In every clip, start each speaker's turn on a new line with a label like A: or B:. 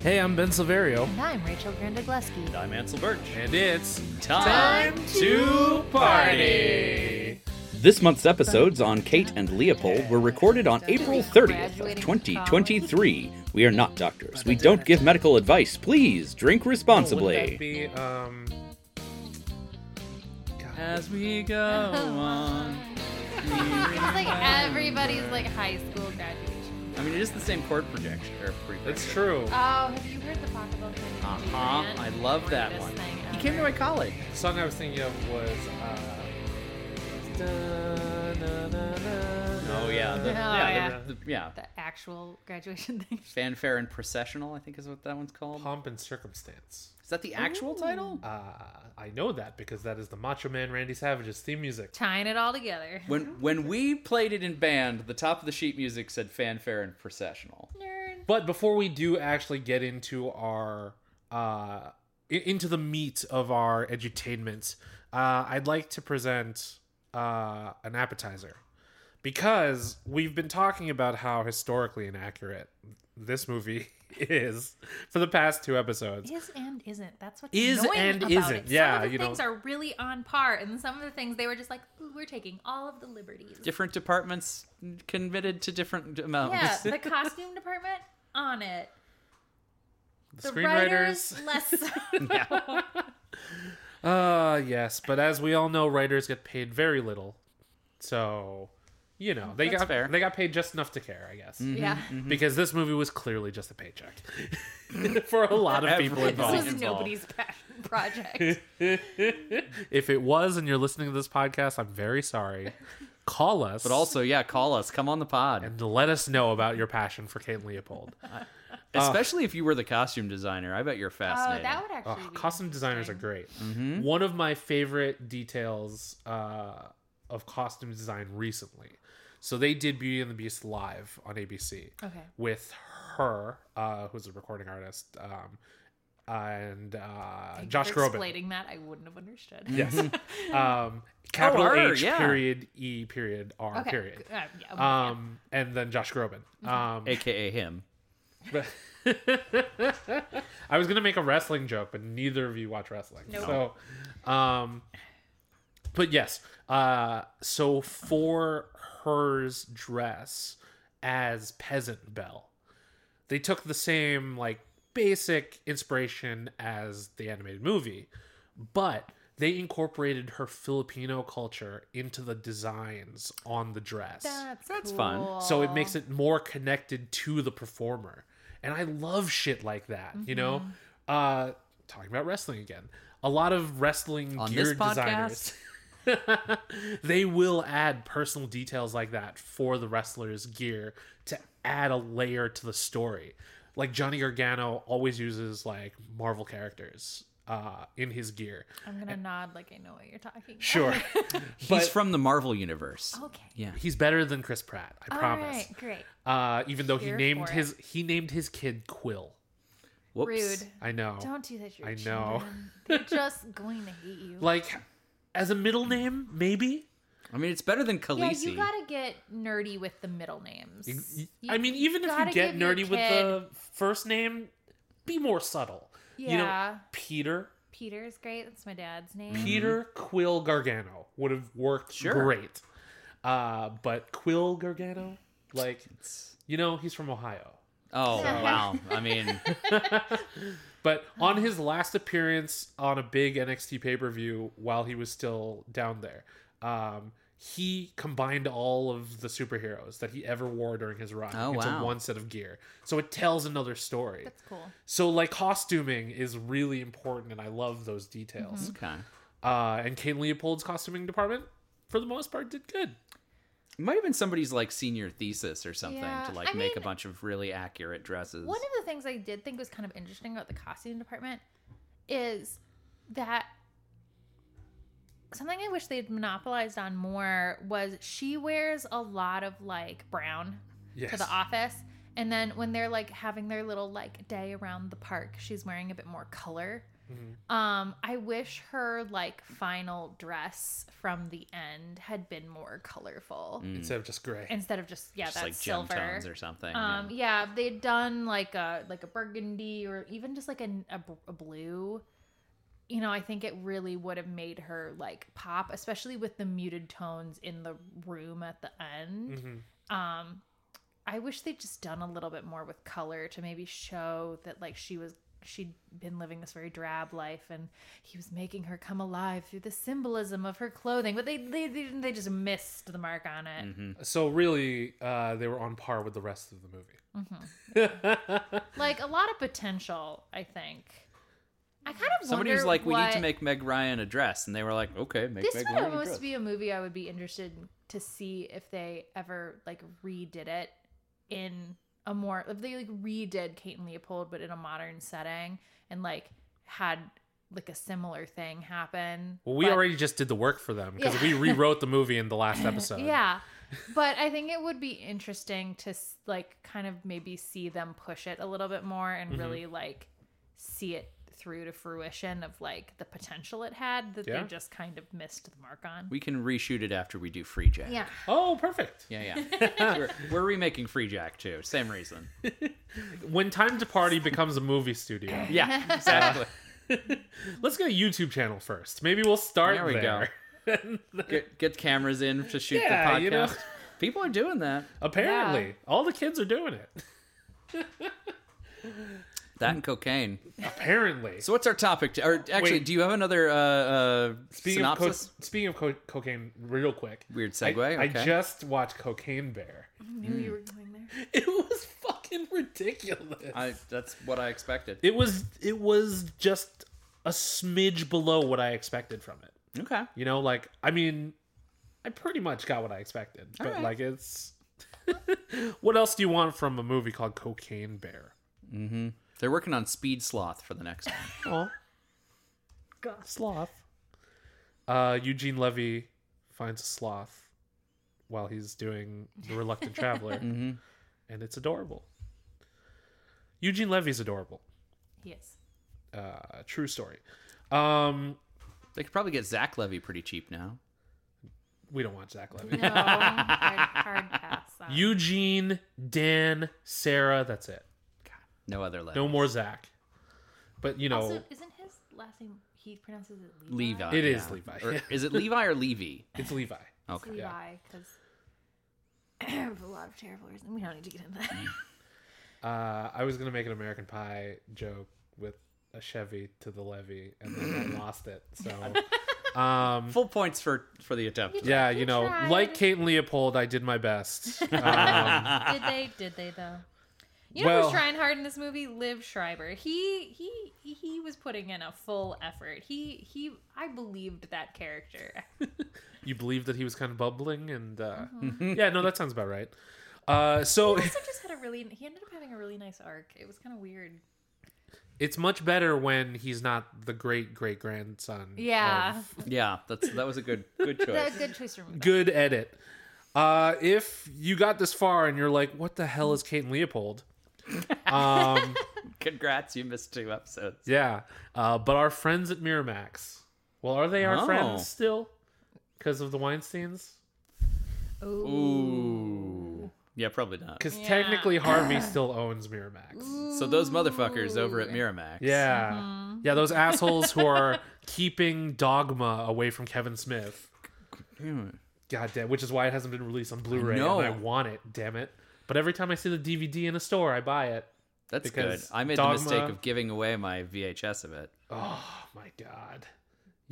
A: Hey, I'm Ben Silverio.
B: And I'm Rachel Grandigleski.
C: I'm Ansel Birch.
A: And it's
C: Time
A: to
C: party. This month's episodes on Kate and Leopold were recorded on April 30th of 2023. We are not doctors. We don't give medical advice. Please drink
D: Oh,
C: responsibly.
A: be, um... God.
C: As we go on.
B: It's like everybody's like high school graduation.
C: I mean, it is the same chord projection. Or projection.
A: That's true.
B: Oh, have you heard the Pocketbook?
C: Uh huh. I love that one. He came to my college.
A: The song I was thinking of was, uh...
C: Oh, yeah. The,
B: Oh,
C: yeah.
A: yeah.
C: The, the, yeah.
B: The actual graduation thing.
C: Fanfare and Processional, I think is what that one's called.
A: Pomp and Circumstance.
C: Is that the actual title?
A: Uh, I know that because that is the Macho Man Randy Savage's theme music.
B: Tying it all together.
C: When when we played it in band, the top of the sheet music said fanfare and processional.
B: Nerd.
A: But before we do actually get into our uh, i- into the meat of our edutainment, uh, I'd like to present uh, an appetizer because we've been talking about how historically inaccurate this movie is for the past two episodes.
B: Is and isn't. That's what's
A: Is
B: annoying
A: and
B: about
A: isn't.
B: It. Some
A: Yeah,
B: of the
A: you know.
B: things are really on par, and some of the things they were just like, Ooh, we're taking all of the liberties.
C: Different departments committed to different
B: Yeah,
C: amounts.
B: the costume department on it.
A: The
B: The
A: screenwriters,
B: writers less. so.
A: uh, yes, but as we all know, writers get paid very little, so you know they
C: That's
A: got
C: fair.
A: they got paid just enough to care, I guess.
B: yeah.
C: Mm-hmm.
A: because this movie was clearly just a paycheck for a lot of people
C: Everyone.
A: involved.
B: This was
C: involved.
B: nobody's passion project.
A: if it was and you're listening to this podcast, I'm very sorry. Call us,
C: But also, yeah, call us. Come on the pod.
A: and let us know about your passion for Kate Leopold.
C: Especially if you were the costume designer. I bet you're
B: Oh,
C: fascinated.
B: that would actually.
A: Ugh,
B: be
A: costume designers are great.
C: Mm-hmm.
A: One of my favorite details uh, of costume design recently. So they did Beauty and the Beast live on ABC
B: Okay.
A: with her, uh, who's a recording artist, um, and uh,
B: Thank you
A: Josh
B: for
A: Groban.
B: Explaining that, I wouldn't have understood.
A: Yes. um, capital
C: R,
A: H
C: yeah.
A: period E period R
B: Okay.
A: period.
B: Uh, yeah. okay.
A: Um, and then Josh Groban. Um,
C: AKA him.
A: but I was gonna make a wrestling joke, but neither of you watch wrestling,
B: Nope.
A: so. Um, but yes, uh, so for hers dress as peasant Belle, they took the same like basic inspiration as the animated movie, but they incorporated her Filipino culture into the designs on the dress.
B: that's
C: That's fun.
B: cool.
A: So it makes it more connected to the performer. And I love shit like that, you know?
C: Mm-hmm.
A: Uh talking about wrestling again. A lot of wrestling
C: On
A: gear
C: this
A: designers
C: podcast.
A: they will add personal details like that for the wrestler's gear to add a layer to the story. Like Johnny Gargano always uses like Marvel characters uh in his gear.
B: I'm gonna nod like I know what you're talking. about.
A: Sure.
C: He's from the Marvel universe.
B: Okay.
C: Yeah.
A: He's better than Chris Pratt, I
B: All
A: promise.
B: right, Great.
A: Uh even though he
B: Here
A: named
B: for it.
A: his he named his kid Quill.
C: Whoops.
B: Rude.
A: I know.
B: Don't do that. to your
A: Oh, I know.
B: children. They're just going to hate you.
A: Like, as a middle name, maybe.
C: I mean, it's better than
B: yeah,
C: Khaleesi.
B: you gotta get nerdy with the middle names. You-
A: I mean, even if you
B: gotta
A: get
B: give your
A: nerdy with the first name, be more subtle.
B: Yeah.
A: You know, Peter,
B: Peter's great. That's my dad's name.
A: Peter Quill Gargano would have worked
C: Sure.
A: great. Uh, but Quill Gargano, like, you know, he's from Ohio.
C: Oh,
B: Yeah.
C: wow. I mean,
A: But on his last appearance on a big NXT pay per view while he was still down there, um, he combined all of the superheroes that he ever wore during his run
C: Oh,
A: into
C: wow.
A: one set of gear. So it tells another story.
B: That's cool.
A: So, like, costuming is really important, and I love those details.
C: okay. Mm-hmm.
A: Uh, and Kane Leopold's costuming department, for the most part, did good.
C: It might have been somebody's like senior thesis or something
B: Yeah,
C: to like
B: I
C: make a
B: mean-
C: bunch of really accurate dresses.
B: One of the things I did think was kind of interesting about the costume department is that something I wish they'd monopolized on more was she wears a lot of like brown
A: Yes.
B: to the office. And then when they're like having their little like day around the park, she's wearing a bit more color.
D: Mm-hmm.
B: Um, I wish her like final dress from the end had been more colorful
A: instead of just gray.
B: instead of just yeah,
D: Mm. just
B: that
D: like
B: silver.
D: gemstones or something. yeah.
B: Um, yeah, if they'd done like a like a burgundy or even just like a, a, b- a blue. You know, I think it really would have made her like pop, especially with the muted tones in the room at the end.
A: Mhm.
B: Um, I wish they'd just done a little bit more with color to maybe show that like she was she'd been living this very drab life and he was making her come alive through the symbolism of her clothing. But they they they, they just missed the mark on it.
A: So really, uh, they were on par with the rest of the movie.
C: Mm-hmm.
B: like a lot of potential i think i kind of
D: Somebody
B: wonder
D: was like, "We need to
B: what-
D: make Meg Ryan a dress," and they were like, "Okay, make
B: this
D: Meg
B: would
D: Ryan a dress."
B: almost be a movie i would be interested to see if they ever like redid it in a more if they like redid kate and leopold but in a modern setting and like had like a similar thing happen
A: Well, we
B: But-
A: already just did the work for them because
B: Yeah.
A: we rewrote the movie in the last episode.
B: yeah but i think it would be interesting to s- like kind of maybe see them push it a little bit more and
A: Mhm.
B: really like see it through to fruition of like the potential it had that
A: Yeah.
B: they just kind of missed the mark on
D: We can reshoot it after we do Free Jack.
B: yeah
A: Oh, perfect.
D: yeah, yeah. we're, we're remaking Free Jack too. Same reason.
A: When Time to Party becomes a movie studio,
D: Yeah, exactly.
A: let's get a YouTube channel first. Maybe we'll start
D: There we go.
A: there.
D: get, get cameras in to shoot
A: Yeah,
D: the podcast.
A: you know.
D: People are doing that.
A: Apparently, all the kids are doing it.
D: That and cocaine.
A: Apparently.
D: So what's our topic? To, or actually,
A: Wait.
D: do you have another uh, uh,
A: Speaking of, co-
D: synopsis?
A: speaking of co- cocaine, real quick.
D: Weird
A: I,
D: segue.
A: I
D: okay.
A: just watched Cocaine Bear.
B: knew you were going there
A: It was fucking ridiculous.
D: I, that's what I expected.
A: it was it was just a smidge below what I expected from it.
D: Okay.
A: You know, like I mean, I pretty much got what I expected, but
D: right.
A: like it's what else do you want from a movie called Cocaine Bear?
D: They're working on Speed Sloth for the next one.
A: Oh, sloth. Uh, Eugene Levy finds a sloth while he's doing the Reluctant Traveler, and it's adorable. Eugene Levy's adorable.
B: yes
A: Uh, true story. Um,
D: They could probably get Zach Levy pretty cheap now.
A: we don't watch Zach Levy.
B: no hard, hard pass on.
A: Eugene, Dan, Sarah. That's it.
D: No other Levy.
A: No more Zach. But you know,
B: also isn't his last name he pronounces it levi
D: Levi.
A: It is
D: yeah.
A: Levi,
D: Or
A: yeah.
D: is it Levi or Levy?
A: it's Levi.
B: It's
D: Okay.
B: levi because I have a lot of terrible reasons. We don't need to get into that.
A: Uh, I was gonna make an American Pie joke with a Chevy to the levy, and then I lost it. So, um,
D: Full points for for the attempt.
A: yeah, you
B: You
A: know,
B: tried.
A: like Kate and Leopold, I did my best. Um,
B: did they? Did they though? You know
A: Well-
B: who's trying hard in this movie? Liv Schreiber. He he he was putting in a full effort. He he I believed that character.
A: you believed that he was kind of bubbling, and uh,
B: Uh-huh.
A: yeah, no, that sounds about right. Uh, so
B: also just had a really he ended up having a really nice arc. It was kind of weird.
A: it's much better when he's not the great great grandson.
B: Yeah.
D: Yeah, that's that was a good good choice.
B: good choice to remove.
A: Oh, good edit. Uh, if you got this far and you're like, "What the hell is Kate and Leopold?" Um,
D: Congrats, you missed two episodes.
A: Yeah, uh, but our friends at Miramax. Well, are they our
D: Oh.
A: friends still? Because of the Weinstein's?
D: Ooh. Yeah, probably not.
A: Because
B: Yeah.
A: technically Harvey still owns Miramax.
D: So those motherfuckers over at Miramax.
A: Yeah, yeah, those assholes who are keeping Dogma away from Kevin Smith. God damn, which is why it hasn't been released on Blu-ray.
D: know.
A: and I want it, damn it. But every time I see the DVD in a store, I buy it.
D: That's good.
A: Because
D: I made
A: Dogma-
D: the mistake of giving away my VHS of it.
A: Oh my god.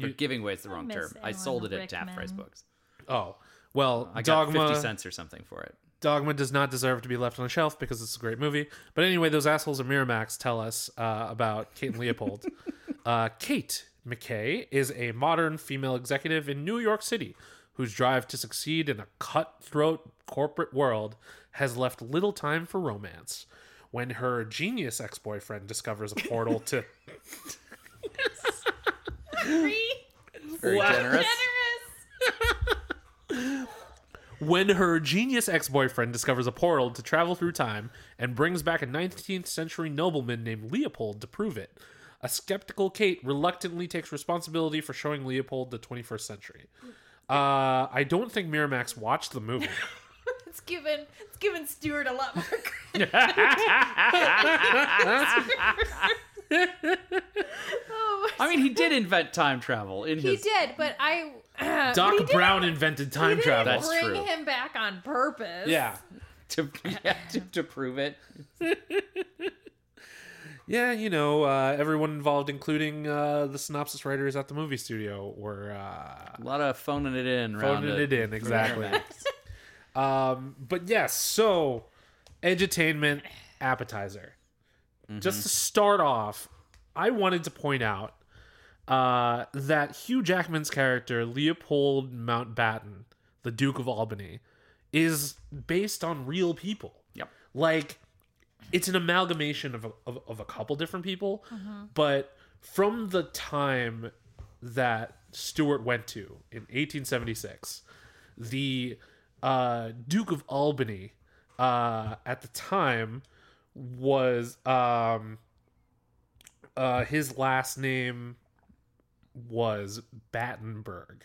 D: Or
A: You-
D: giving away is the wrong
B: miss
D: term. I
B: Alan
D: sold it at Taft
B: Rickman.
D: Price Books.
A: Oh well,
D: I got
A: Dogma.
D: fifty cents or something for it.
A: Dogma does not deserve to be left on a shelf because it's a great movie. But anyway, those assholes at Miramax tell us uh, about Kate and Leopold. uh, Kate McKay is a modern female executive in New York City whose drive to succeed in a cutthroat corporate world has left little time for romance. When her genius ex boyfriend discovers a portal to.
D: Very
A: Wow.
D: generous.
A: When her genius ex boyfriend discovers a portal to travel through time and brings back a 19th century nobleman named Leopold to prove it. A skeptical Kate reluctantly takes responsibility for showing Leopold the 21st century. Uh, I don't think Miramax watched the movie.
B: It's given it's given Stewart a lot more credit. oh,
D: I mean, he did invent time travel in
B: he
D: his.
B: did, but I but he
A: Doc
B: didn't-
A: Brown invented
B: he
A: time
B: didn't
A: travel.
D: That's
B: bring
D: true.
B: him back on purpose.
A: yeah.
D: To, yeah, to, to prove it.
A: Yeah, you know, uh, everyone involved, including uh, the synopsis writers at the movie studio, were uh,
D: A lot of phoning it in. around
A: phoning it in. Exactly.
D: Miramax.
A: um, but yes, so edutainment appetizer. Just to start off, I wanted to point out uh, that Hugh Jackman's character, Leopold Mountbatten, the Duke of Albany, is based on real people.
D: Yep.
A: Like, it's an amalgamation of a, of, of a couple different people, but from the time that Stuart went to in 1876, the uh, Duke of Albany uh, at the time was um, uh, his last name was Battenberg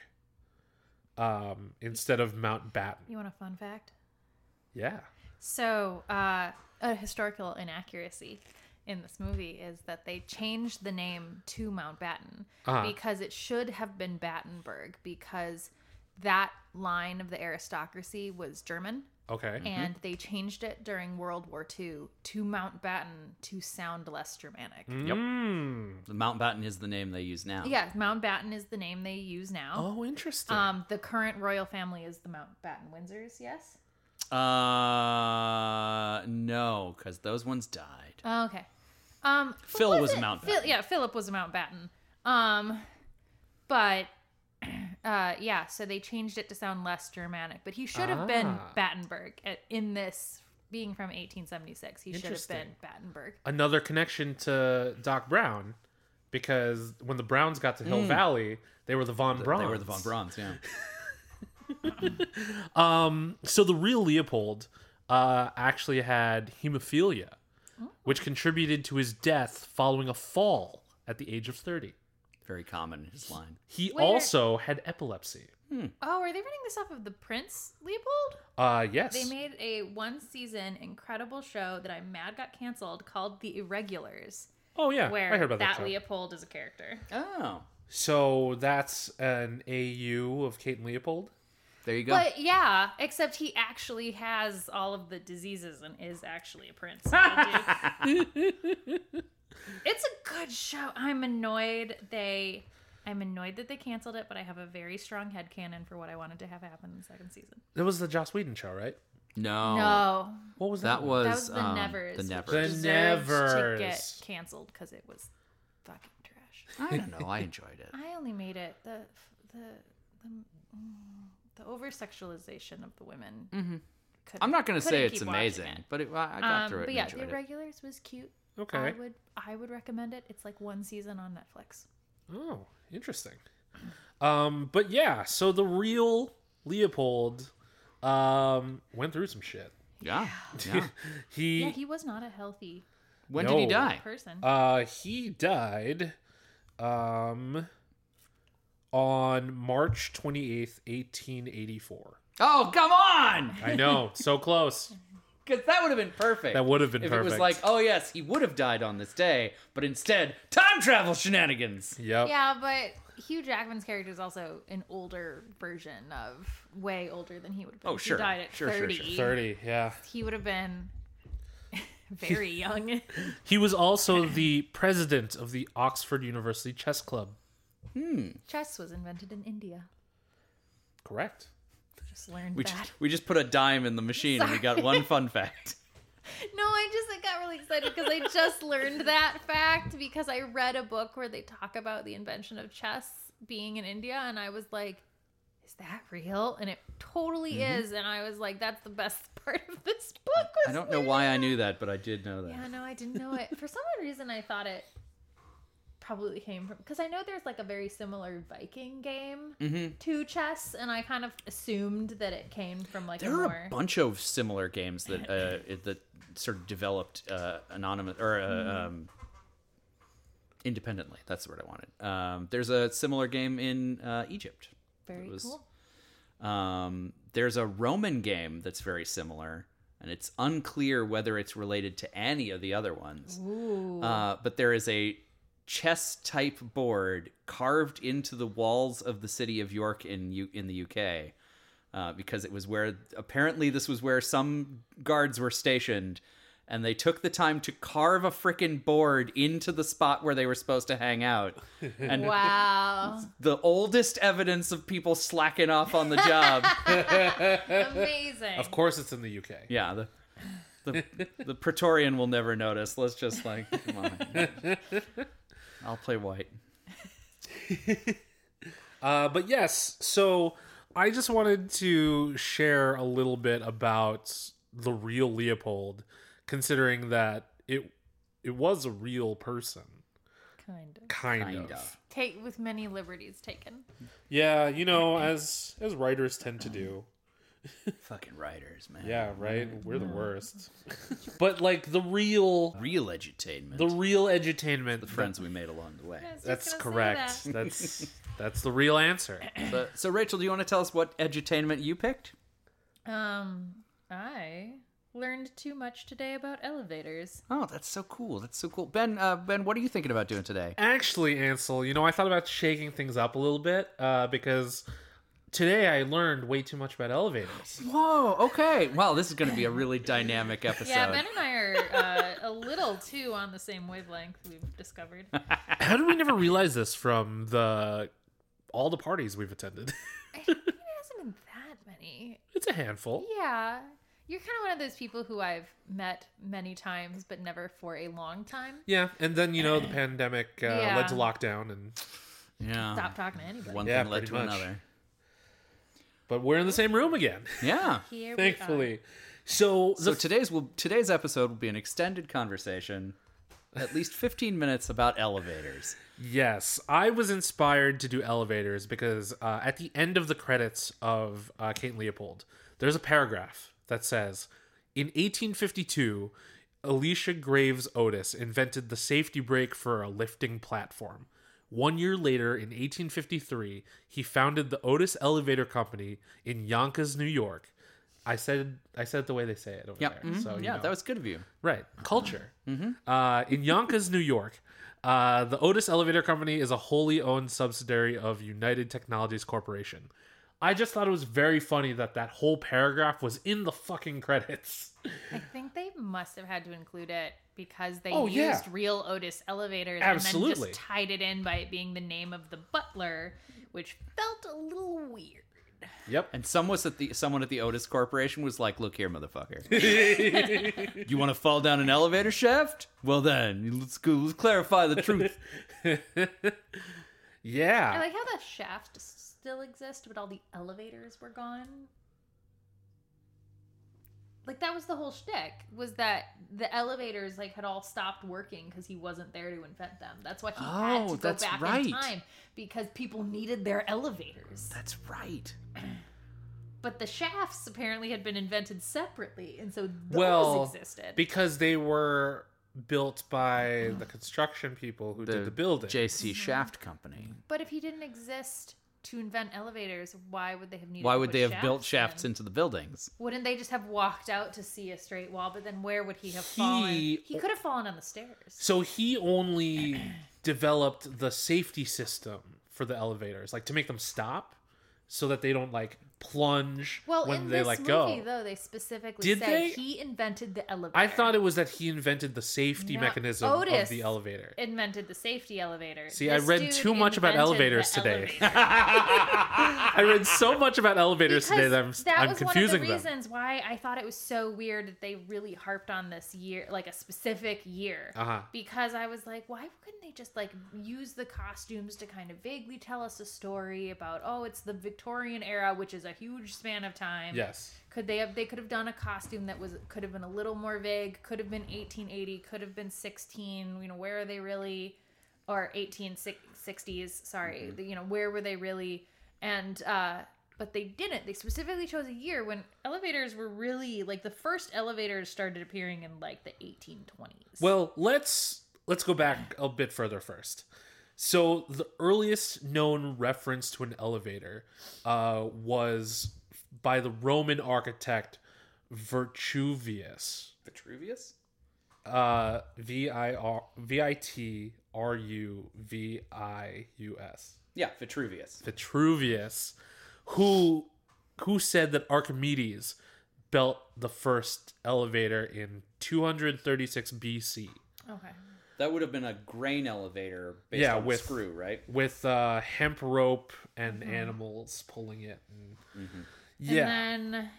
A: um, instead of Mount Batten.
B: You want a fun fact?
A: Yeah.
B: So, uh, a historical inaccuracy in this movie is that they changed the name to Mountbatten
A: Uh-huh.
B: because it should have been Battenberg because that line of the aristocracy was German
A: Okay.
B: and they changed it during World War II to Mountbatten to sound less Germanic.
A: Mm.
D: The Mountbatten is the name they use now.
B: Yeah, Mountbatten is the name they use now.
A: Oh, interesting.
B: um, the current royal family is the Mountbatten Windsors, yes?
D: Uh, no, because those ones died.
B: Oh, okay. Um, but
D: Phil was a
B: it-
D: Mountbatten.
B: Phil- yeah, Philip was a Mountbatten. Um, but uh, yeah, so they changed it to sound less Germanic. But he should have been
A: Ah.
B: Battenberg at, in this, being from 1876. He should have been
A: Interesting.
B: Battenberg.
A: Another connection to Doc Brown because when the Browns got to Hill Valley, they were the Von Browns.
D: They were the von Brahms, yeah.
A: Um, so the real Leopold uh, actually had hemophilia, which contributed to his death following a fall at the age of 30.
D: Very common in his line.
A: He
B: Where-
A: also had epilepsy.
B: Oh, are they running this off of the Prince Leopold?
A: Uh, yes.
B: They made a one season incredible show that I'm mad got canceled called The Irregulars,
A: oh, yeah.
B: where
A: I heard about that.
B: that,
A: show.
B: Leopold is a character.
D: Oh,
A: so that's an AU of Kate and Leopold.
D: there you go.
B: But yeah, except he actually has all of the diseases and is actually a prince. it's a good show. I'm annoyed they I'm annoyed that they canceled it, but I have a very strong headcanon for what I wanted to have happen in the second season.
A: That was the Joss Whedon show, right?
D: no,
B: No.
A: What was that?
D: that was,
B: That was the
D: Oh, um,
B: Nevers.
D: The
B: which
A: The
D: Nevers.
B: deserved
A: Nevers.
B: to get canceled because it was fucking trash.
D: I don't know. I enjoyed it.
B: I only made it the the the, mm, the over sexualization of the women. couldn't-
D: I'm not going to say
B: couldn't
D: it's
B: keep watching
D: amazing,
B: it.
D: but it, I I got
B: Um,
D: through it.
B: but
D: and
B: yeah,
D: enjoyed
B: the
D: it.
B: regulars was cute.
A: Okay.
B: I would I would recommend it. It's like one season on Netflix.
A: Oh, interesting. Um, but yeah, so the real Leopold um went through some shit.
D: yeah, yeah.
A: he,
B: Yeah, he was not a healthy
D: When did he
A: No.
D: die?
B: person.
A: uh he died um on March 28th, 1884.
D: Oh, come on!
A: I know, so close.
D: Because that would have been perfect.
A: That would have been
D: if
A: perfect.
D: it was like, oh yes, he would have died on this day, but instead, time travel shenanigans.
A: Yep.
B: yeah, but Hugh Jackman's character is also an older version of way older than he would have been.
D: Oh, sure.
B: He died at
D: Sure, sure,
B: 30.
D: sure.
A: 30, yeah.
B: He would have been very young.
A: He was also the president of the Oxford University Chess Club.
B: Chess was invented in India.
A: Correct.
B: Just learned
D: We
B: that.
D: just, we just put a dime in the machine and we got one fun fact.
B: No, I just I got really excited because I just learned that fact because I read a book where they talk about the invention of chess being in India, and I was like, "Is that real?" And it totally is. And I was like, "That's the best part of this book." Was
D: Mm-hmm. I don't know why I knew that, but I did know that.
B: Yeah, no, I didn't know it. For some odd reason, I thought it probably came from because I know there's like a very similar Viking game
D: Mm-hmm.
B: to chess, and I kind of assumed that it came from like
D: There
B: a
D: are
B: more.
D: a bunch of similar games that
B: Mm-hmm.
D: uh, it- that sort of developed uh, anonymous or uh, um, independently. That's the word I wanted. Um, there's a similar game in uh, Egypt.
B: Very
D: was-
B: cool.
D: Um, there's a Roman game that's very similar, and it's unclear whether it's related to any of the other ones.
B: Ooh.
D: Uh, but there is a chess type board carved into the walls of the city of York in U- in the UK uh, because it was where apparently this was where some guards were stationed and they took the time to carve a frickin' board into the spot where they were supposed to hang out and
B: wow.
D: the oldest evidence of people slacking off on the job
B: Amazing.
A: Of course, it's in the UK.
D: yeah the the, the Praetorian will never notice. Let's just like, come on. I'll play white.
A: Uh, but yes, so I just wanted to share a little bit about the real Leopold, considering that it it was a real person,
B: Kind of.
A: kind,
D: Kinda.
A: of.
B: Take with many liberties taken.
A: Yeah, you know, as as writers tend to do.
D: Fucking writers, man.
A: Yeah, right. We're the worst. but like the real,
D: Real edutainment.
A: the real edutainment.
D: friends we made along the way.
A: That's correct. That's that's the real answer.
D: So, so Rachel, do you want to tell us what edutainment you picked?
B: Um, I learned too much today about elevators.
D: Oh, that's so cool. That's so cool. Ben, uh, Ben, what are you thinking about doing today?
A: Actually, Ansel, you know, I thought about shaking things up a little bit uh, because today I learned way too much about elevators.
D: Whoa, okay. Wow, this is going to be a really dynamic episode.
B: Yeah, Ben and I are uh, a little too on the same wavelength. We've discovered.
A: How did we never realize this from the all the parties we've attended?
B: I think it hasn't been that many.
A: it's a handful.
B: Yeah. You're kind of one of those people who I've met many times, but never for a long time.
A: Yeah, and then you know the pandemic uh,
B: Yeah.
A: led to lockdown, and
D: yeah.
B: Stop talking to anybody.
D: One
A: Yeah,
D: thing led
A: pretty
D: to
A: much.
D: another.
A: but we're in the same room again,
D: Yeah.
B: Here we are.
A: thankfully. So,
D: So
A: the,
D: today's will today's episode will be an extended conversation, at least 15 minutes about elevators.
A: yes, I was inspired to do elevators because uh, at the end of the credits of uh, Kate Leopold, there's a paragraph that says, "In 1852." Alicia Graves Otis invented the safety brake for a lifting platform. One year later, in 1853, he founded the Otis Elevator Company in Yonkers, New York. I said I said it the way they say it over
D: Yeah.
A: there.
D: mhm.
A: So you
D: yeah,
A: know.
D: that was good of you.
A: Right. Culture. Uh, in Yonkers, New York, uh, the Otis Elevator Company is a wholly owned subsidiary of United Technologies Corporation. I just thought it was very funny that that whole paragraph was in the fucking credits.
B: I think they must have had to include it because they
A: Oh,
B: used
A: yeah.
B: real Otis elevators and then
A: Absolutely.
B: just tied it in by it being the name of the butler, which felt a little weird.
A: Yep.
D: And some was at the someone at the Otis Corporation was like, "Look here, motherfucker. you want to fall down an elevator shaft? Well, then let's go. Let's clarify the truth."
A: Yeah.
B: I like how that shaft still exists, but all the elevators were gone. Like that was the whole shtick was that the elevators like had all stopped working because he wasn't there to invent them. That's why he had
D: Oh,
B: to go
D: that's
B: back
D: right.
B: in time because people needed their elevators.
D: That's right.
B: But the shafts apparently had been invented separately, and so those
A: Well,
B: existed.
A: because they were built by the construction people who did the building.
D: J.C. Shaft Company.
B: but if he didn't exist to invent elevators, why would they have needed?
D: Why
B: to
D: would
B: put
D: they have built
B: shafts
D: shafts
B: in?
D: into the buildings?
B: Wouldn't they just have walked out to see a straight wall? But then where would he have fallen?
A: He-
B: He could have fallen on the stairs.
A: so he only developed the safety system for the elevators, like to make them stop so that they don't like plunge
B: Well,
A: when
B: in
A: they
B: this
A: let
B: movie,
A: go.
B: though, they specifically
A: Did
B: say
A: they?
B: he invented the elevator.
A: I thought it was that he invented the safety
B: No,
A: mechanism
B: Otis
A: of the elevator.
B: invented the safety elevator.
A: See, I
B: This
A: read
B: dude
A: too much about
B: invented
A: elevators
B: the
A: today.
B: elevator.
A: I read so much about elevators today that I'm,
B: Because
A: I'm
B: was
A: confusing
B: one of the
A: them.
B: reasons why I thought it was so weird that they really harped on this year, like a specific year.
A: Uh-huh.
B: Because I was like, why couldn't they just like use the costumes to kind of vaguely tell us a story about, oh, it's the Victorian era, which is a huge span of time.
A: Yes.
B: Could they have? They could have done a costume that was could have been a little more vague. Could have been 1880. Could have been 16. You know, where are they really? Or 1860s. Sorry,
D: Mm-hmm.
B: The- you know, where were they really? And uh, but they didn't. They specifically chose a year when elevators were really like the first elevators started appearing in like the 1820s.
A: Well, let's let's go back a bit further first. So the earliest known reference to an elevator uh, was by the Roman architect Virtuvius.
D: Vitruvius?
A: Uh, V I R V I T R U V I U S.
D: Yeah, Vitruvius.
A: Vitruvius, who who said that Archimedes built the first elevator in 236 BC
B: Okay.
D: That would have been a grain elevator based
A: Yeah,
D: on
A: with-
D: screw, right?
A: with uh, hemp rope and animals pulling it. And,
D: Mm-hmm.
A: Yeah,
B: And then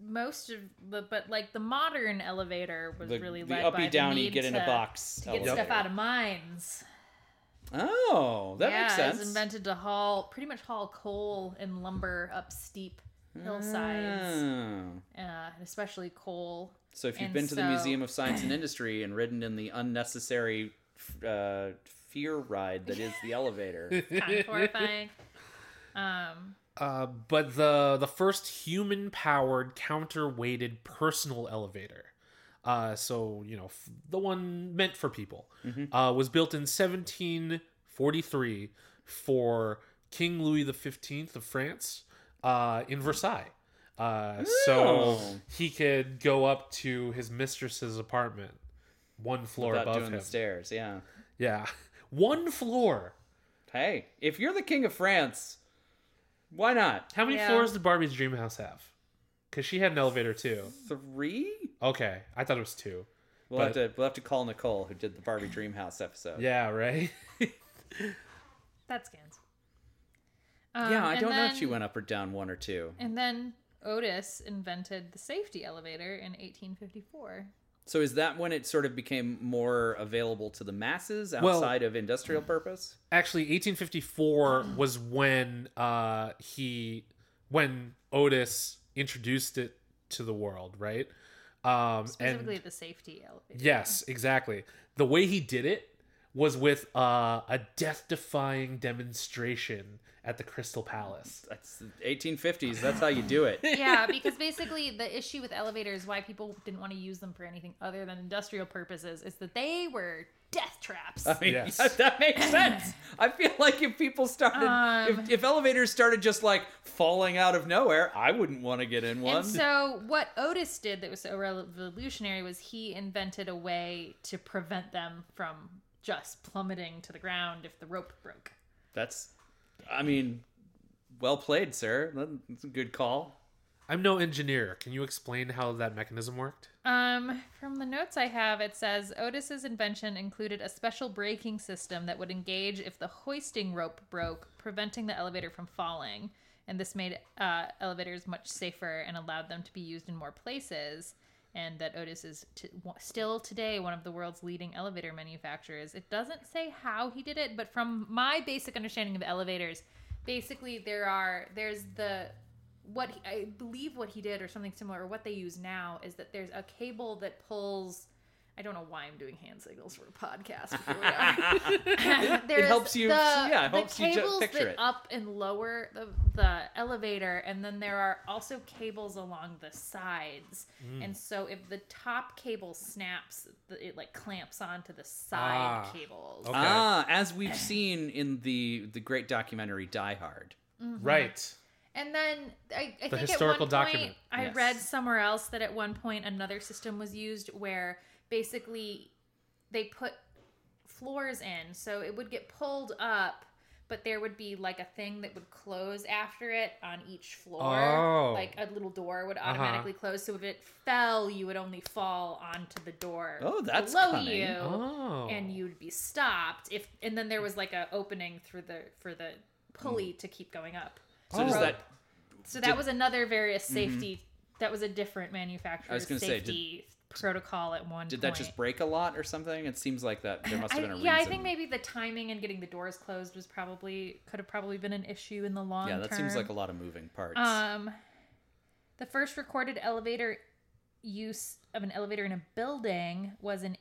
B: most of the but like the modern elevator was
D: The,
B: really
D: the
B: led by
D: uppy
B: the
D: downy
B: need
D: get in a
B: to-
D: box.
B: to get stuff
D: elevator.
B: out of mines.
D: Oh, that
B: yeah,
D: makes
B: It
D: sense.
B: was invented to haul pretty much haul coal and lumber up steep hillsides,
D: Oh.
B: uh, and especially coal.
D: So if you've
B: And
D: been to the
B: so-
D: Museum of Science and Industry and ridden in the unnecessary uh, fear ride that is the elevator,
B: Kind of horrifying. Um,
A: Uh, but the the first human powered counterweighted personal elevator, uh, so you know f- the one meant for people,
D: Mm-hmm.
A: uh, was built in 1743 for King Louis the Fifteenth of France uh, in Versailles. Uh, so
D: Oh.
A: he could go up to his mistress's apartment, one floor
D: without
A: above
D: doing
A: him.
D: the stairs, yeah.
A: Yeah, one floor.
D: Hey, if you're the king of France, why not?
A: How many
B: Yeah.
A: floors did Barbie's dream house have? Because she had an elevator too.
D: Three?
A: Okay, I thought it was two.
D: We'll
A: But-
D: have to we'll have to call Nicole who did the Barbie Dreamhouse episode.
A: Yeah, right.
B: that scans. Um,
D: Yeah, I
B: and
D: don't know if
B: then-
D: she went up or down one or two.
B: And then Otis invented the safety elevator in 1854.
D: So is that when it sort of became more available to the masses
A: Well-
D: outside of industrial purpose?
A: Actually, 1854 was when uh, he, when Otis introduced it to the world, right? Um, and
B: Specifically, the safety elevator.
A: yes, exactly. The way he did it was with uh, a death-defying demonstration at the Crystal Palace.
D: That's the 1850s. That's how you do it.
B: yeah, because basically the issue with elevators, why people didn't want to use them for anything other than industrial purposes, is that they were death traps.
D: I mean,
A: Yes.
D: that, that makes sense. I feel like if people started,
B: Um,
D: if, if elevators started just like falling out of nowhere, I wouldn't want to get in one.
B: And so, what Otis did that was so revolutionary was he invented a way to prevent them from just plummeting to the ground if the rope broke.
D: That's, I mean, well played, sir. That's a good call.
A: I'm no engineer. Can you explain how that mechanism worked?
B: Um, from the notes I have, it says Otis's invention included a special braking system that would engage if the hoisting rope broke, preventing the elevator from falling. And this made uh, elevators much safer and allowed them to be used in more places. And that Otis is t- w- still today one of the world's leading elevator manufacturers. It doesn't say how he did it, but from my basic understanding of elevators, basically there are there's the what he, I believe what he did or something similar or what they use now is that there's a cable that pulls. I don't know why I'm doing hand signals for a podcast. but here we are. There's
D: helps you- yeah, it helps
B: the
D: you ju-
B: cables
D: picture
B: that
D: it.
B: up and lower the, the elevator, and then there are also cables along the sides.
D: Mm.
B: And so if the top cable snaps, th- it like clamps onto the side
A: Ah,
B: cables.
A: okay.
D: Ah, as we've seen in the the great documentary Die Hard.
B: Mm-hmm.
A: Right.
B: And then I, I think
A: historical
B: at one point,
A: document.
B: I
D: Yes.
B: read somewhere else that at one point another system was used where basically they put floors in, so it would get pulled up, but there would be like a thing that would close after it on each floor.
A: Oh.
B: Like a little door
D: Uh-huh.
B: would automatically close, so if it fell, you would only fall onto the door
D: Oh, that's
B: below
D: cunning.
B: you
A: Oh.
B: and you'd be stopped if and then there was like a opening through the for the pulley to keep going up
D: Hmm. So does
A: Oh.
D: that
B: so that was another various safety that was a different manufacturer's
D: Mm-hmm. I was gonna say, did-
B: safety protocol at one
D: did
B: point.
D: that just break a lot or something? It seems like that there must
B: I,
D: have been a reason.
B: yeah, I think maybe the timing and getting the doors closed was probably could have probably been an issue in the long
D: Yeah,
B: term.
D: that seems like a lot of moving parts.
B: Um, the first recorded elevator use of an elevator in a building was in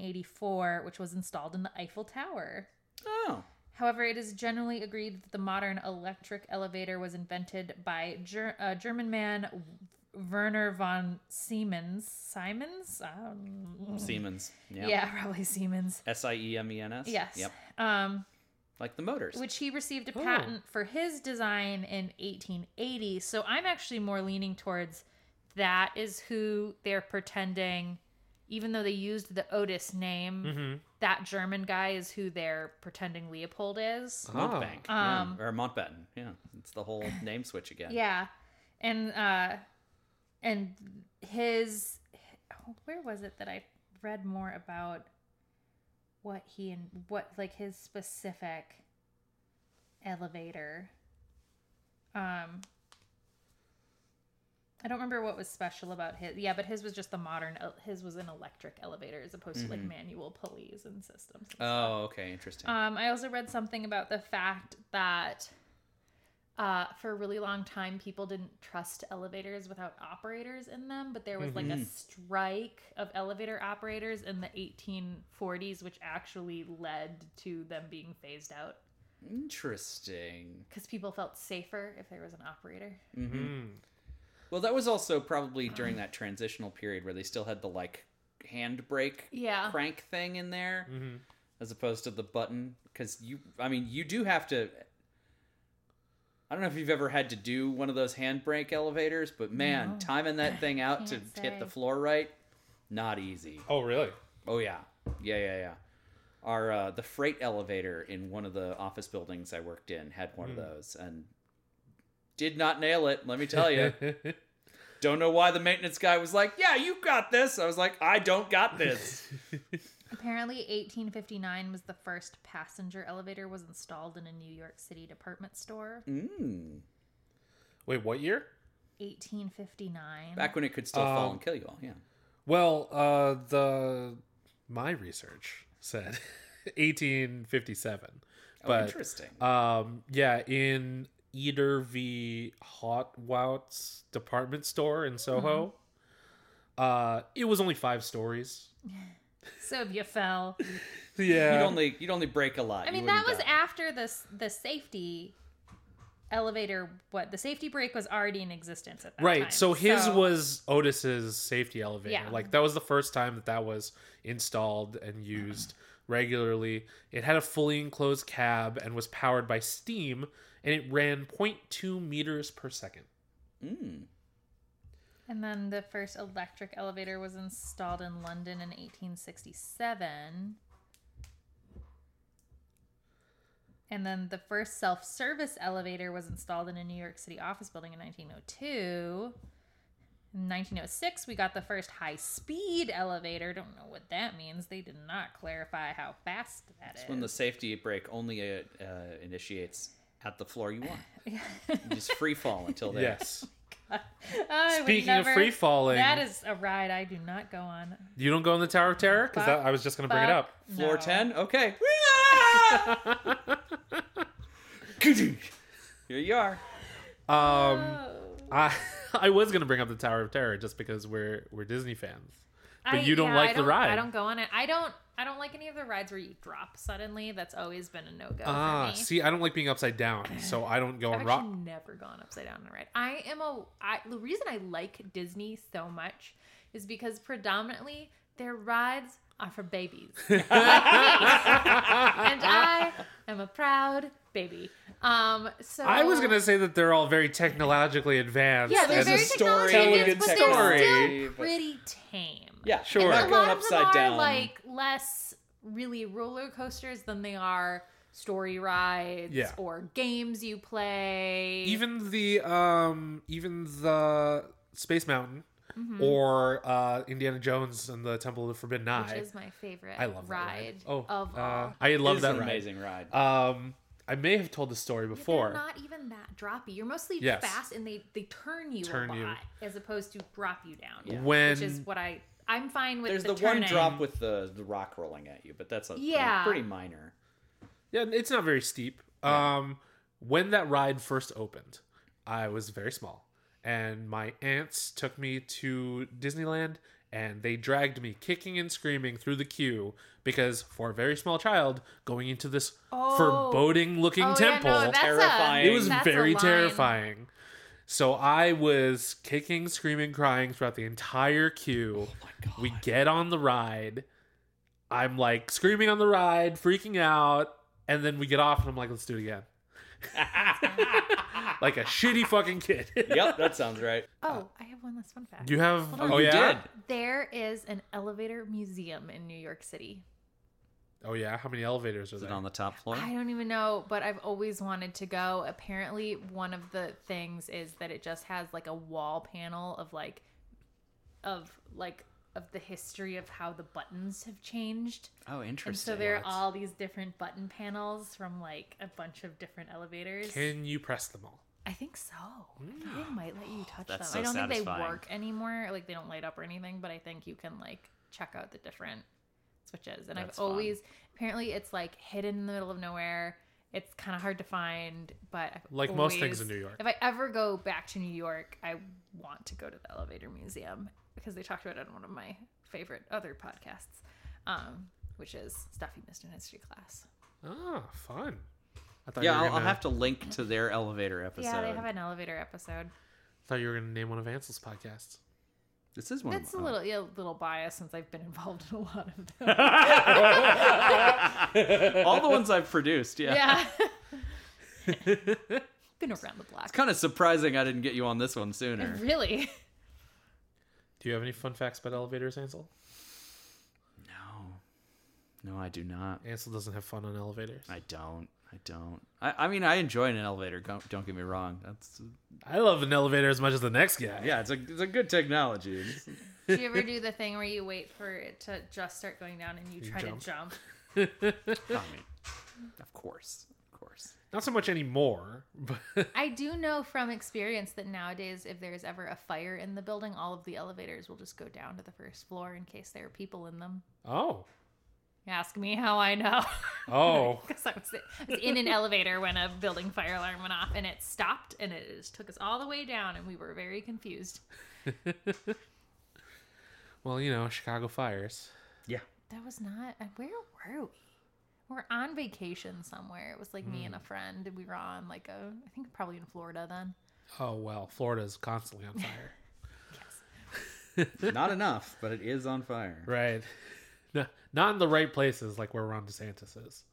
B: 1884, which was installed in the Eiffel Tower.
D: oh,
B: However, it is generally agreed that the modern electric elevator was invented by Ger- uh, German man Werner von Siemens. Siemens? Um,
D: Siemens. Yep.
B: Yeah, probably Siemens.
D: S I E M E N S.
B: Yes.
D: Yep.
B: Um,
D: Like the motors.
B: which he received a
A: Oh.
B: patent for his design in 1880. So I'm actually more leaning towards that is who they're pretending, even though they used the Otis name, that German guy is who they're pretending Leopold is.
D: Montbank.
B: Um,
D: yeah. Oh. Or Montbatten. Yeah. It's the whole name switch again.
B: Yeah, and uh, and his oh, where was it that I read more about what he and what like his specific elevator. Um, I don't remember what was special about his. Yeah, but his was just the modern. el- His was an electric elevator as opposed to like manual pulleys and systems. and
D: Oh, okay. Interesting.
B: um, I also read something about the fact that uh, for a really long time, people didn't trust elevators without operators in them, but there was like
D: Mm-hmm.
B: a strike of elevator operators in the 1840s, which actually led to them being phased out
D: Interesting.
B: because people felt safer if there was an operator.
D: Well, that was also probably during that transitional period where they still had the like handbrake
B: Yeah.
D: crank thing in there as opposed to the button cuz you I mean, you do have to I don't know if you've ever had to do one of those handbrake elevators, but man, timing that thing out to
B: Can't
D: hit the
B: say.
D: floor right, not easy.
A: Oh, really?
D: Oh yeah, yeah, yeah, yeah. Our uh, the freight elevator in one of the office buildings I worked in had one of
A: Hmm.
D: those, and did not nail it. Let me tell you. don't know why the maintenance guy was like, "Yeah, you got this." I was like, "I don't got this."
B: Apparently, 1859 was the first passenger elevator was installed in a New York City department store.
D: mm.
A: Wait, what year?
B: 1859.
D: Back when it could still fall
A: Um,
D: and kill you all. Yeah.
A: Well, uh, the my research said 1857,
D: Oh,
A: but
D: interesting.
A: um, yeah, in Eder v. Hot Wout's department store in
D: Mm-hmm.
A: Soho, uh, it was only five stories.
B: so if you fell.
A: Yeah,
D: you'd only you'd only break a lot.
B: I mean, that was after the s- the safety elevator. What the safety brake was already in existence at that
A: right.
B: time.
A: So his was Otis's safety elevator.
B: Yeah.
A: Like that was the first time that that was installed and used regularly. It had a fully enclosed cab and was powered by steam, and it ran 0.2 meters per second.
D: Mm.
B: And then the first electric elevator was installed in London in 1867. And then the first self service elevator was installed in a New York City office building in 1902. In 1906, we got the first high speed elevator. Don't know what that means. They did not clarify how fast that is.
D: That's when the safety brake only uh, uh, initiates at the floor you want. You just free fall until there.
A: Yes.
B: I would
A: Speaking
B: Oh, never-
A: of free falling,
B: That is a ride I do not go on.
A: you don't go in the Tower of Terror because
B: Fuck,
A: I was just going to bring it
B: Fuck
A: up.
D: Floor
B: no.
D: 10? Okay. Here you are.
A: Um,
B: Oh.
A: I I was going to bring up the Tower of Terror just because we're we're Disney fans. But
B: I-
A: you don't
B: yeah,
A: like
B: I
A: the
B: don't-
A: ride.
B: I don't go on it. I don't. I don't like any of the rides where you drop suddenly. That's always been a no go for
A: Ah,
B: me.
A: see, I don't like being upside down, so I don't go
B: I've
A: on
B: actually
A: rock.
B: never gone upside down on a ride. I am a. I, the reason I like Disney so much is because predominantly their rides are for babies, Like me. and I am a proud baby. Um. So
A: I was gonna say that they're all very technologically advanced.
B: Yeah, they're
A: and-
B: very
D: story.
B: technology
A: Tell a good
B: advanced, but
A: story.
B: they're still
D: But-
B: pretty tame.
D: Yeah,
A: Sure.
D: Not
B: a
D: going
B: lot of them
D: upside
B: are
D: down.
B: like less really roller coasters than they are story rides
A: Yeah.
B: or games you play.
A: even the um, even the Space Mountain
B: Mm-hmm.
A: or uh, Indiana Jones and the Temple of the Forbidden
B: which
A: Eye.
B: is my favorite
A: I love that
B: ride,
A: ride. Oh,
B: of
A: uh,
B: all.
A: I love
D: It's
A: that
D: an
A: ride.
D: amazing ride.
B: Uh,
A: Um, I may have told the story
B: But
A: before.
B: They're not even that droppy. You're mostly
A: Yes.
B: fast and they, they turn you
A: Turn
B: a lot
A: you.
B: as opposed to drop you down.
A: When
B: Which is what I I'm fine with
D: There's the,
B: the,
D: one
B: turning.
D: drop with the, the rock rolling at you, but that's a pretty-
B: Yeah.
D: pretty, minor.
A: yeah, it's not very steep. Um, when that ride first opened, I was very small, and my aunts took me to Disneyland, and they dragged me kicking and screaming through the queue because for a very small child going into this
B: Oh.
A: foreboding-looking
B: Oh, yeah, no,
A: temple,
B: that's a-
D: Terrifying.
A: it was
B: that's a
A: very
B: line.
A: terrifying. So I was kicking, screaming, crying throughout the entire queue.
C: Oh my god.
A: We get on the ride. I'm like screaming on the ride, freaking out, and then we get off and I'm like, let's do it again. like a shitty fucking kid.
D: yep, that sounds right.
B: Oh, I have one last fun fact.
A: You have
B: Hold on.
A: oh
D: you
A: yeah.
D: did.
B: There is an elevator museum in New York City.
A: Oh yeah, how many elevators are
D: Is it
A: there?
D: on the top floor?
B: I don't even know, but I've always wanted to go. Apparently, one of the things is that it just has like a wall panel of like, of like, of the history of how the buttons have changed.
D: Oh,
B: And
D: interesting.
B: so there are
D: That's-
B: all these different button panels from like a bunch of different elevators.
A: Can you press them all?
B: I think so. I think They might let you touch
D: That's
B: them. I
D: so
B: don't think they
D: satisfying.
B: work anymore. Like they don't light up or anything, but I think you can like check out the different switches. And
D: That's
B: I've
D: fun.
B: always apparently it's like hidden in the middle of nowhere. It's kind of hard to find, but I've
A: Like most things
B: always-
A: in New York.
B: If I ever go back to New York, I want to go to the Elevator Museum because they talked about it on one of my favorite other podcasts, um, which is stuff you missed in history class.
A: Oh, fun. I thought
D: Yeah,
A: you were
D: I'll,
A: gonna,
D: I'll have to link to their elevator episode.
B: Yeah, they have an elevator episode.
A: thought you were gonna name one of Ansel's podcasts.
D: This is one.
B: That's a
D: of
B: little yeah, a little biased since I've been involved in a lot of them.
D: them. all the ones I've produced. Yeah.
B: Yeah. Been around the block.
D: It's kind of surprising I didn't get you on this one sooner.
B: Really?
A: Do you have any fun facts about elevators, Ansel?
D: No, no, I do not.
A: Ansel doesn't have fun on elevators.
D: I don't. I don't. I, I mean, I enjoy an elevator. Don't, don't get me wrong. That's
A: I love an elevator as much as the next guy.
D: yeah. It's a it's a good technology. It's-
B: Do you ever do the thing where you wait for it to just start going down and you try
A: jump.
B: to jump?
D: I mean, of course, of course.
A: Not so much anymore, but
B: I do know from experience that nowadays, if there's ever a fire in the building, all of the elevators will just go down to the first floor in case there are people in them.
A: oh,
B: Ask me how I know.
A: oh,
B: Because I, was- I was in an elevator when a building fire alarm went off and it stopped and it just took us all the way down and we were very confused.
A: well, you know, Chicago fires.
D: Yeah.
B: That was not. uh, Where were we? We We're on vacation somewhere. It was like me and a friend, and we were on like a, I think probably in Florida then.
A: Oh well, Florida's constantly on fire.
D: Not enough, but it is on fire.
A: right. No, not in the right places like where Ron DeSantis is.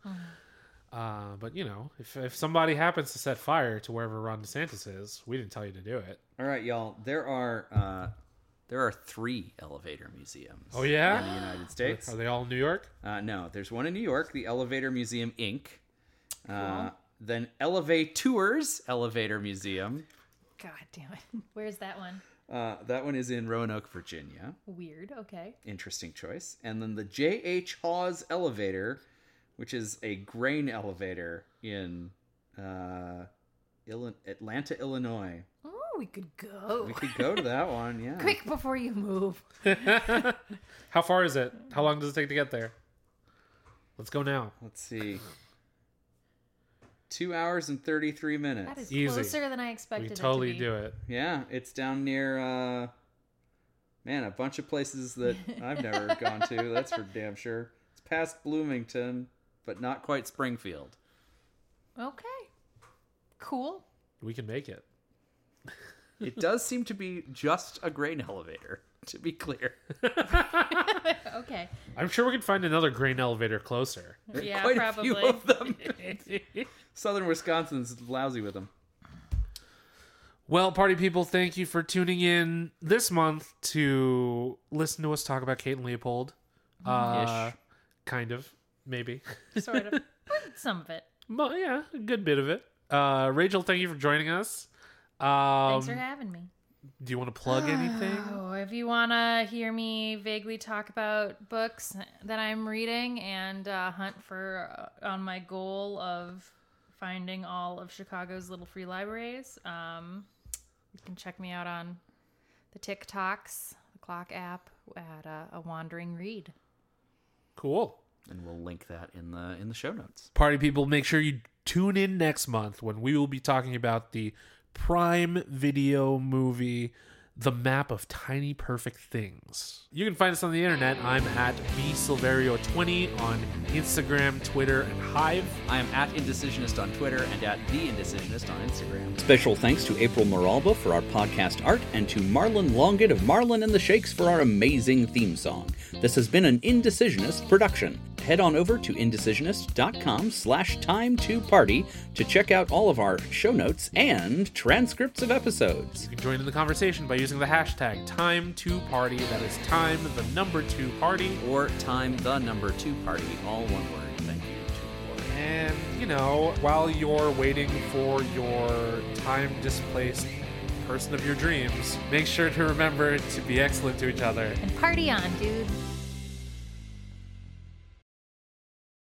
A: Uh, but you know, if, if somebody happens to set fire to wherever Ron DeSantis is, we didn't tell you to do it.
D: All right, y'all. There are uh, there are three elevator museums.
A: Oh yeah,
D: in the United States.
A: Are they all in New York?
D: Uh, no, there's one in New York, the Elevator Museum Inc. Uh, then Elevate Tours Elevator Museum.
B: God damn it. Where's that one?
D: Uh, that one is in Roanoke, Virginia.
B: Weird. Okay.
D: Interesting choice. And then the J.H. Hawes Elevator, which is a grain elevator in uh, Illi- Atlanta, Illinois.
B: Oh, we could go.
D: We could go to that one, yeah.
B: Quick before you move.
A: How far is it? How long does it take to get there? Let's go now.
D: Let's see. Two hours and 33 minutes.
B: That is
A: Easy.
B: closer than I
A: We
B: expected.
A: totally
B: it to be.
A: do it.
D: Yeah, it's down near uh man, a bunch of places that I've never gone to, that's for damn sure. It's past Bloomington, but not quite Springfield.
B: Okay. Cool.
A: We can make it.
D: It does seem to be just a grain elevator, to be clear.
B: Okay.
A: I'm sure we can find another grain elevator closer.
D: There are
B: Yeah,
D: quite a few
B: probably.
D: of them. Southern Wisconsin's lousy with them.
A: Well, party people, thank you for tuning in this month to listen to us talk about Kate and Leopold. Uh, Kind of, maybe.
B: Sort of. Some of it.
A: Well, yeah, a good bit of it. Uh, Rachel, thank you for joining us. Um,
B: Thanks for having me.
A: do you want to plug anything?
B: Oh, if you want to hear me vaguely talk about books that I'm reading and uh, hunt for uh, on my goal of finding all of Chicago's little free libraries, um, you can check me out on the TikToks, the Clock app at uh, a wandering read.
A: Cool.
D: And we'll link that in the in the show notes.
A: Party people, make sure you tune in next month when we will be talking about the Prime Video movie the map of tiny perfect things. You can find us on the internet. I'm at bsilverio20 on Instagram, Twitter, and Hive.
D: I am at Indecisionist on Twitter and at The Indecisionist on Instagram.
C: Special thanks to April Moralba for our podcast art and to Marlon Longett of Marlon and the Shakes for our amazing theme song. This has been an Indecisionist production. Head on over to indecisionist.com slash time to party to check out all of our show notes and transcripts of episodes.
A: You can join in the conversation by using the hashtag time2party. That is time, the number two party.
D: Or time the number two party, all one word. Thank you to Lori.
A: And, you know, while you're waiting for your time displaced person of your dreams, make sure to remember to be excellent to each other.
B: And party on, dude.